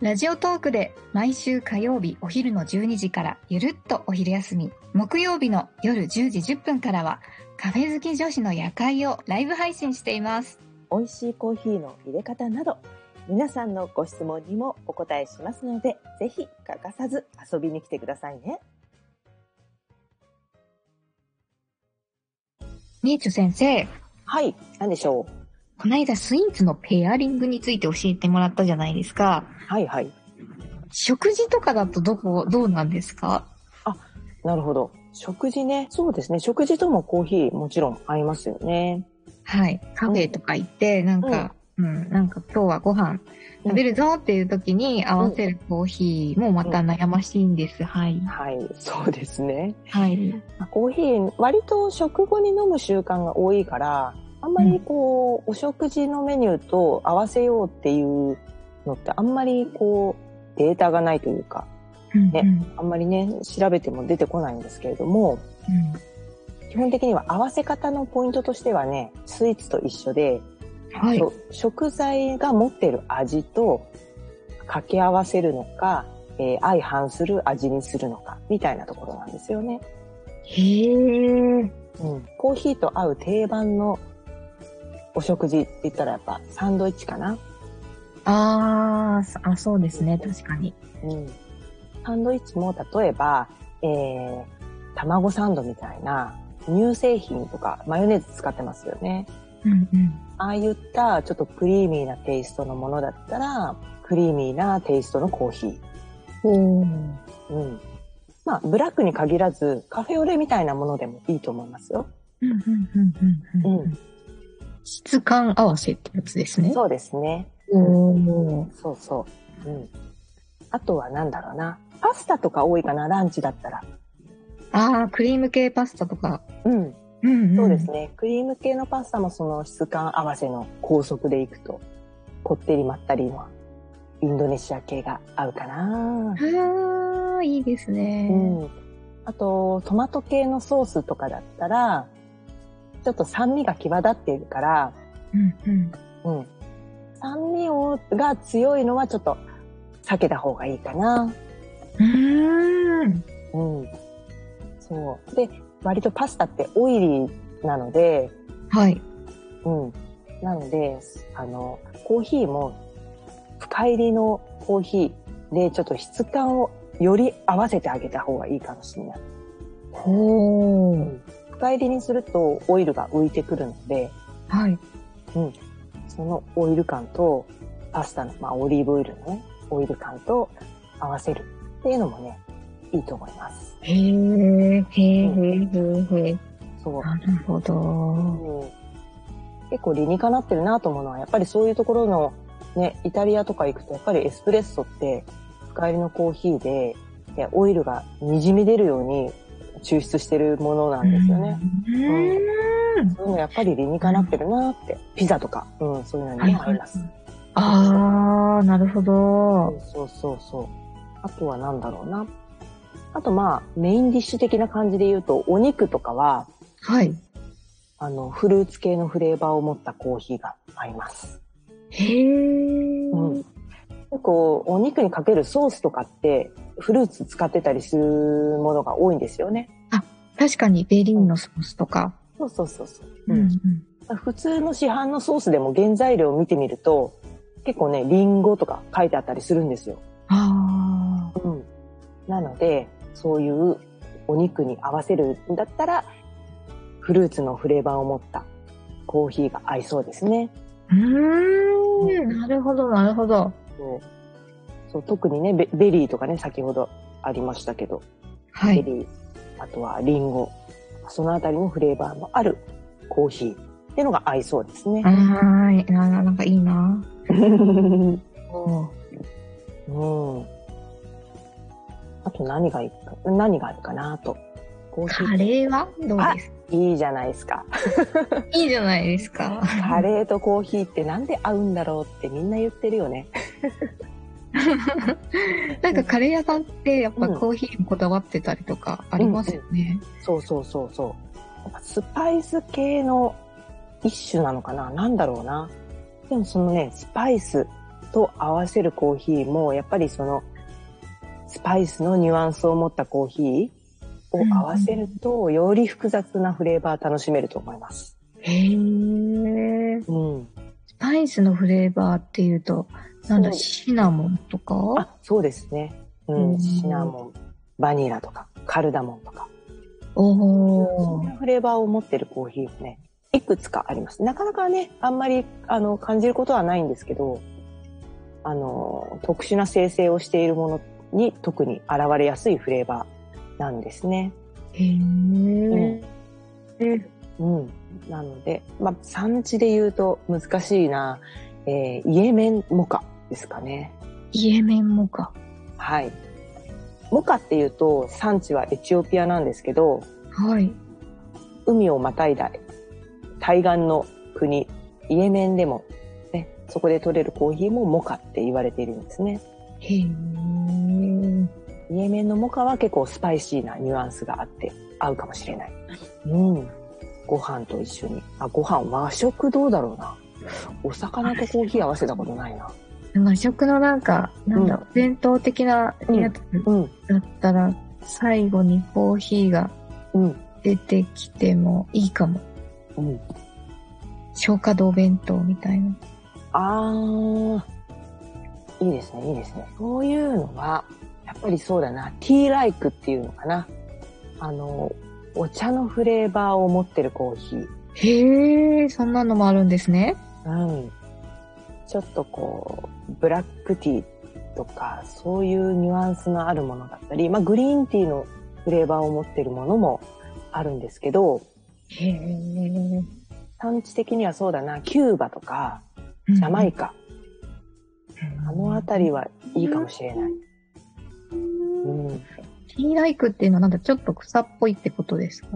ラジオトークで毎週火曜日お昼の12時からゆるっとお昼休み、木曜日の夜10時10分からは、カフェ好き女子の夜会をライブ配信しています。美味しいコーヒーの入れ方など皆さんのご質問にもお答えしますのでぜひ欠かさず遊びに来てくださいね。みえちょ先生、はい、何でしょうこの間スイーツのペアリングについて教えてもらったじゃないですか。はいはい。食事とかだとどこ、どうなんですかなるほど。食事ね。そうですね。食事ともコーヒーもちろん合いますよね。はい。カフェとか行って、なんか、うん、なんか今日はご飯食べるぞっていう時に合わせるコーヒーもまた悩ましいんです。はい。はい、そうですね。はい。まあコーヒー、割と食後に飲む習慣が多いから、あんまりこう、お食事のメニューと合わせようっていうのって、あんまりこう、データがないというか、うんねあんまりね、調べても出てこないんですけれども、うん基本的には合わせ方のポイントとしてはね、スイーツと一緒で、はい。そう食材が持ってる味と掛け合わせるのか、えー相反する味にするのか、みたいなところなんですよね。へえ。コーヒーと合う定番のお食事って言ったらやっぱサンドイッチかな。あーそあ、そうですね。確かに。うん、サンドイッチも例えば、えー、卵サンドみたいな乳製品とかマヨネーズ使ってますよね。うんうん。ああいったちょっとクリーミーなテイストのものだったら、クリーミーなテイストのコーヒー。おーうん。まあ、ブラックに限らず、カフェオレみたいなものでもいいと思いますよ。うんうんうんうんう。うん質感合わせってやつですね。そうですね。おーそうそう。うん。あとはなんだろうな。パスタとか多いかな、ランチだったら。あークリーム系パスタとか。うん。うん、そうです。ね。クリーム系のパスタもその質感合わせの高速でいくと、こってりまったりのインドネシア系が合うかな。あーいいですね。うん。あと、トマト系のソースとかだったら、ちょっと酸味が際立っているから、うんうん。うん。酸味をが強いのはちょっと避けた方がいいかな。うーん。うん。そう。で、割とパスタってオイリーなので、はい。うん。なので、あの、コーヒーも、深入りのコーヒーで、ちょっと質感をより合わせてあげた方がいいかもしれない。ほー。深入りにするとオイルが浮いてくるので、はい。そのオイル感と、パスタの、まあ、オリーブオイルのね、オイル感と合わせるっていうのもね、いいと思います。へー、へー、へー、へー。そう。なるほど。うん結構理にかなってるなと思うのは、やっぱりそういうところの、ね、イタリアとか行くと、やっぱりエスプレッソって、深入りのコーヒーで、でオイルが滲み出るように抽出してるものなんですよね。。うーん。そういうのやっぱり理にかなってるなって。ピザとか、うん、そういうのにも合います。あー、なるほど。そうそうそう。あとは何だろうな。あとまあ、メインディッシュ的な感じで言うと、お肉とかは、はい。あの、フルーツ系のフレーバーを持ったコーヒーが合います。へー。うん結構お肉にかけるソースとかってフルーツ使ってたりするものが多いんですよね。確かにベリーのソースとか。そうそうそうそうう。ん。普通の市販のソースでも原材料を見てみると結構ね、リンゴとか書いてあったりするんですよ。あうん。なので、そういうお肉に合わせるんだったらフルーツのフレーバーを持ったコーヒーが合いそうですね。ー。うーん。なるほど、なるほど。そうそう特にねベ、ベリーとかね、先ほどありましたけど、はベい。リー、あとはリンゴ、そのあたりのフレーバーもあるコーヒーっていうのが合いそうで すねあ。ー、ななんかいいな。うん。おーあと何がいいか、何があるかなと。コーヒー。カレーはどうですかいいじゃないですか。いいじゃないですか。カレーとコーヒーってなんで合うんだろうってみんな言ってるよね。なんかカレー屋さんってやっぱコーヒーにこだわってたりとかありますよね。そうそうそうそう。やっぱスパイス系の一種なのかななんだろうな。でもそのね、スパイスと合わせるコーヒーも、やっぱりその、スパイスのニュアンスを持ったコーヒーを合わせると、より複雑なフレーバー楽しめると思います。へえ。うん。スパイスのフレーバーっていうと、なんだ、そうシナモンとかあ、そうですね。ううんん。シナモン、バニラとか、カルダモンとか。そおーんなフレーバーを持ってるコーヒーもね、いくつかあります。なかなかね、あんまり、あの、感じることはないんですけど、あの、特殊な生成をしているものに特に現れやすいフレーバーなんですね。へえん。うん。なので、まあ、産地で言うと難しいな、えーイエメンモカですかね。イエメンもか。はい。モカっていうと、産地はエチオピアなんですけど、はい。海をまたいだ対岸の国、イエメンでも、ね、そこで取れるコーヒーもモカって言われているんですね。へえ。イエメンのモカは結構スパイシーなニュアンスがあって合うかもしれない。うん。ご飯と一緒に。あ、ご飯、和食どうだろうな。お魚とコーヒー合わせたことないな。和食のなんか、なんだろう、伝統的なやつうん、だったら、最後にコーヒーがうん、出てきてもいいかも。うん。消化道弁当みたいな。あー、いいですね、いいですね。そういうのは、やっぱりそうだな、ティーライクっていうのかな。あの、お茶のフレーバーを持ってるコーヒー。へえ、そんなのもあるんですね。うん。ちょっとこう、ブラックティーとか、そういうニュアンスのあるものだったり、まあグリーンティーのフレーバーを持ってるものもあるんですけど、へえ。産地的にはそうだな、キューバとか、ジャマイカ、あのあたりはいいかもしれない。うん。ティーライクっていうのはなんだ、ちょっと草っぽいってことですか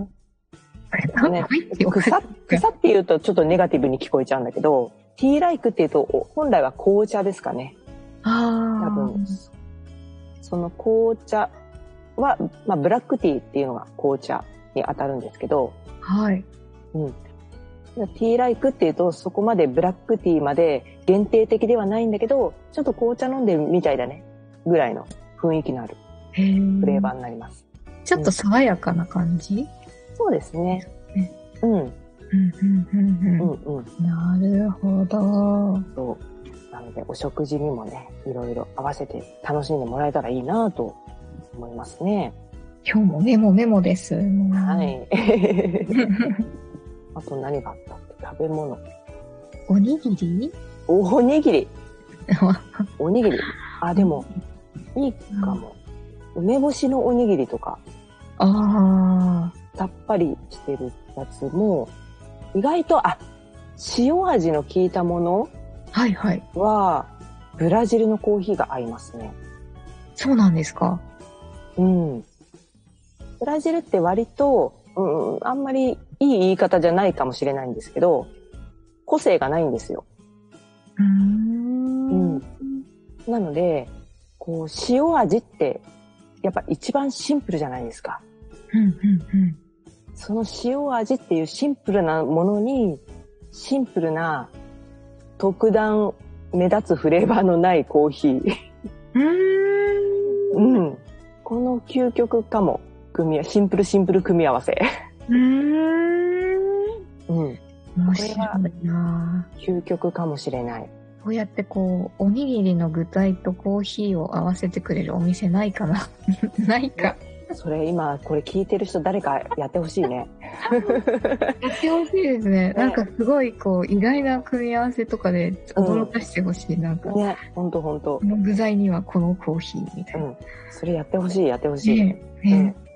草っぽいっておかしい草草って言うとちょっとネガティブに聞こえちゃうんだけど、ティーライクっていうと、お本来は紅茶ですかね。あ多あ。分、その紅茶は、まあブラックティーっていうのが紅茶に当たるんですけど、はい。ティーライクっていうとそこまでブラックティーまで限定的ではないんだけど、ちょっと紅茶飲んでるみたいだね。ぐらいの雰囲気のあるへえ。フレーバーになります。ちょっと爽やかな感じそうですねね。うん、うんうんうんうん、うん。うん。なるほど。そう。なので、お食事にもね、いろいろ合わせて楽しんでもらえたらいいなと思いますね。今日もメモメモです。ははい。い。あと何があったっけ食べ物。おにぎり おにぎり。おにぎり。あ、でも、いいかも。梅干しのおにぎりとか、ああ。さっぱりしてるやつも、意外と、あ、塩味の効いたものはいはい。は、ブラジルのコーヒーが合いますね。そうなんですか。うん。ブラジルって割と、うんうん、あんまりいい言い方じゃないかもしれないんですけど、個性がないんですよ。うーん。うんなので、こう、塩味って、やっぱ一番シンプルじゃないですか。うんうんその塩味っていうシンプルなものに、シンプルな、特段目立つフレーバーのないコーヒ ー。うん。ううん。この究極かも。組み合わシンプルシンプル組み合わせ。ーん。うーうん。ん。面白いな究極かもしれない。ぁこうやってこう、おにぎりの具材とコーヒーを合わせてくれるお店ないかな ないか。それ今これ聞いてる人誰かやってほしいね。やってほしいですね。なんかすごいこう、意外な組み合わせとかで驚かしてほしい。なんか、こね、ほんとほんと。の具材にはこのコーヒーみたういな。ん。それやってほしい、やってほしい。ねえ、ねえ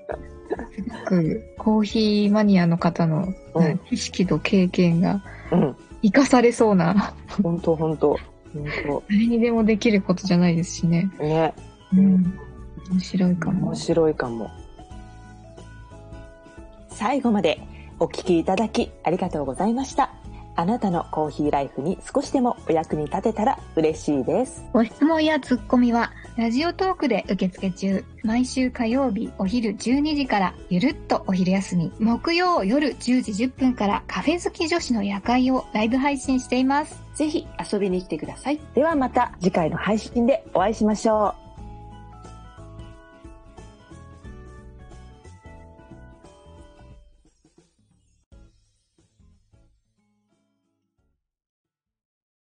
すごくコーヒーマニアの方のうん、知識と経験がうん。生かされそう な、ほんとほんと。ほん誰にでもできることじゃないですしね。と。ね。ううんん、面白いかも面。白いかも。最後までお聞きいただきありがとうございました。あなたのコーヒーライフに少しでもお役に立てたら嬉しいです。ご質問やツッコミは、ラジオトークで受付中。毎週火曜日お昼12時から、ゆるっとお昼休み。木曜夜10時10分から、カフェ好き女子の夜会をライブ配信しています。ぜひ遊びに来てください。ではまた次回の配信でお会いしましょう。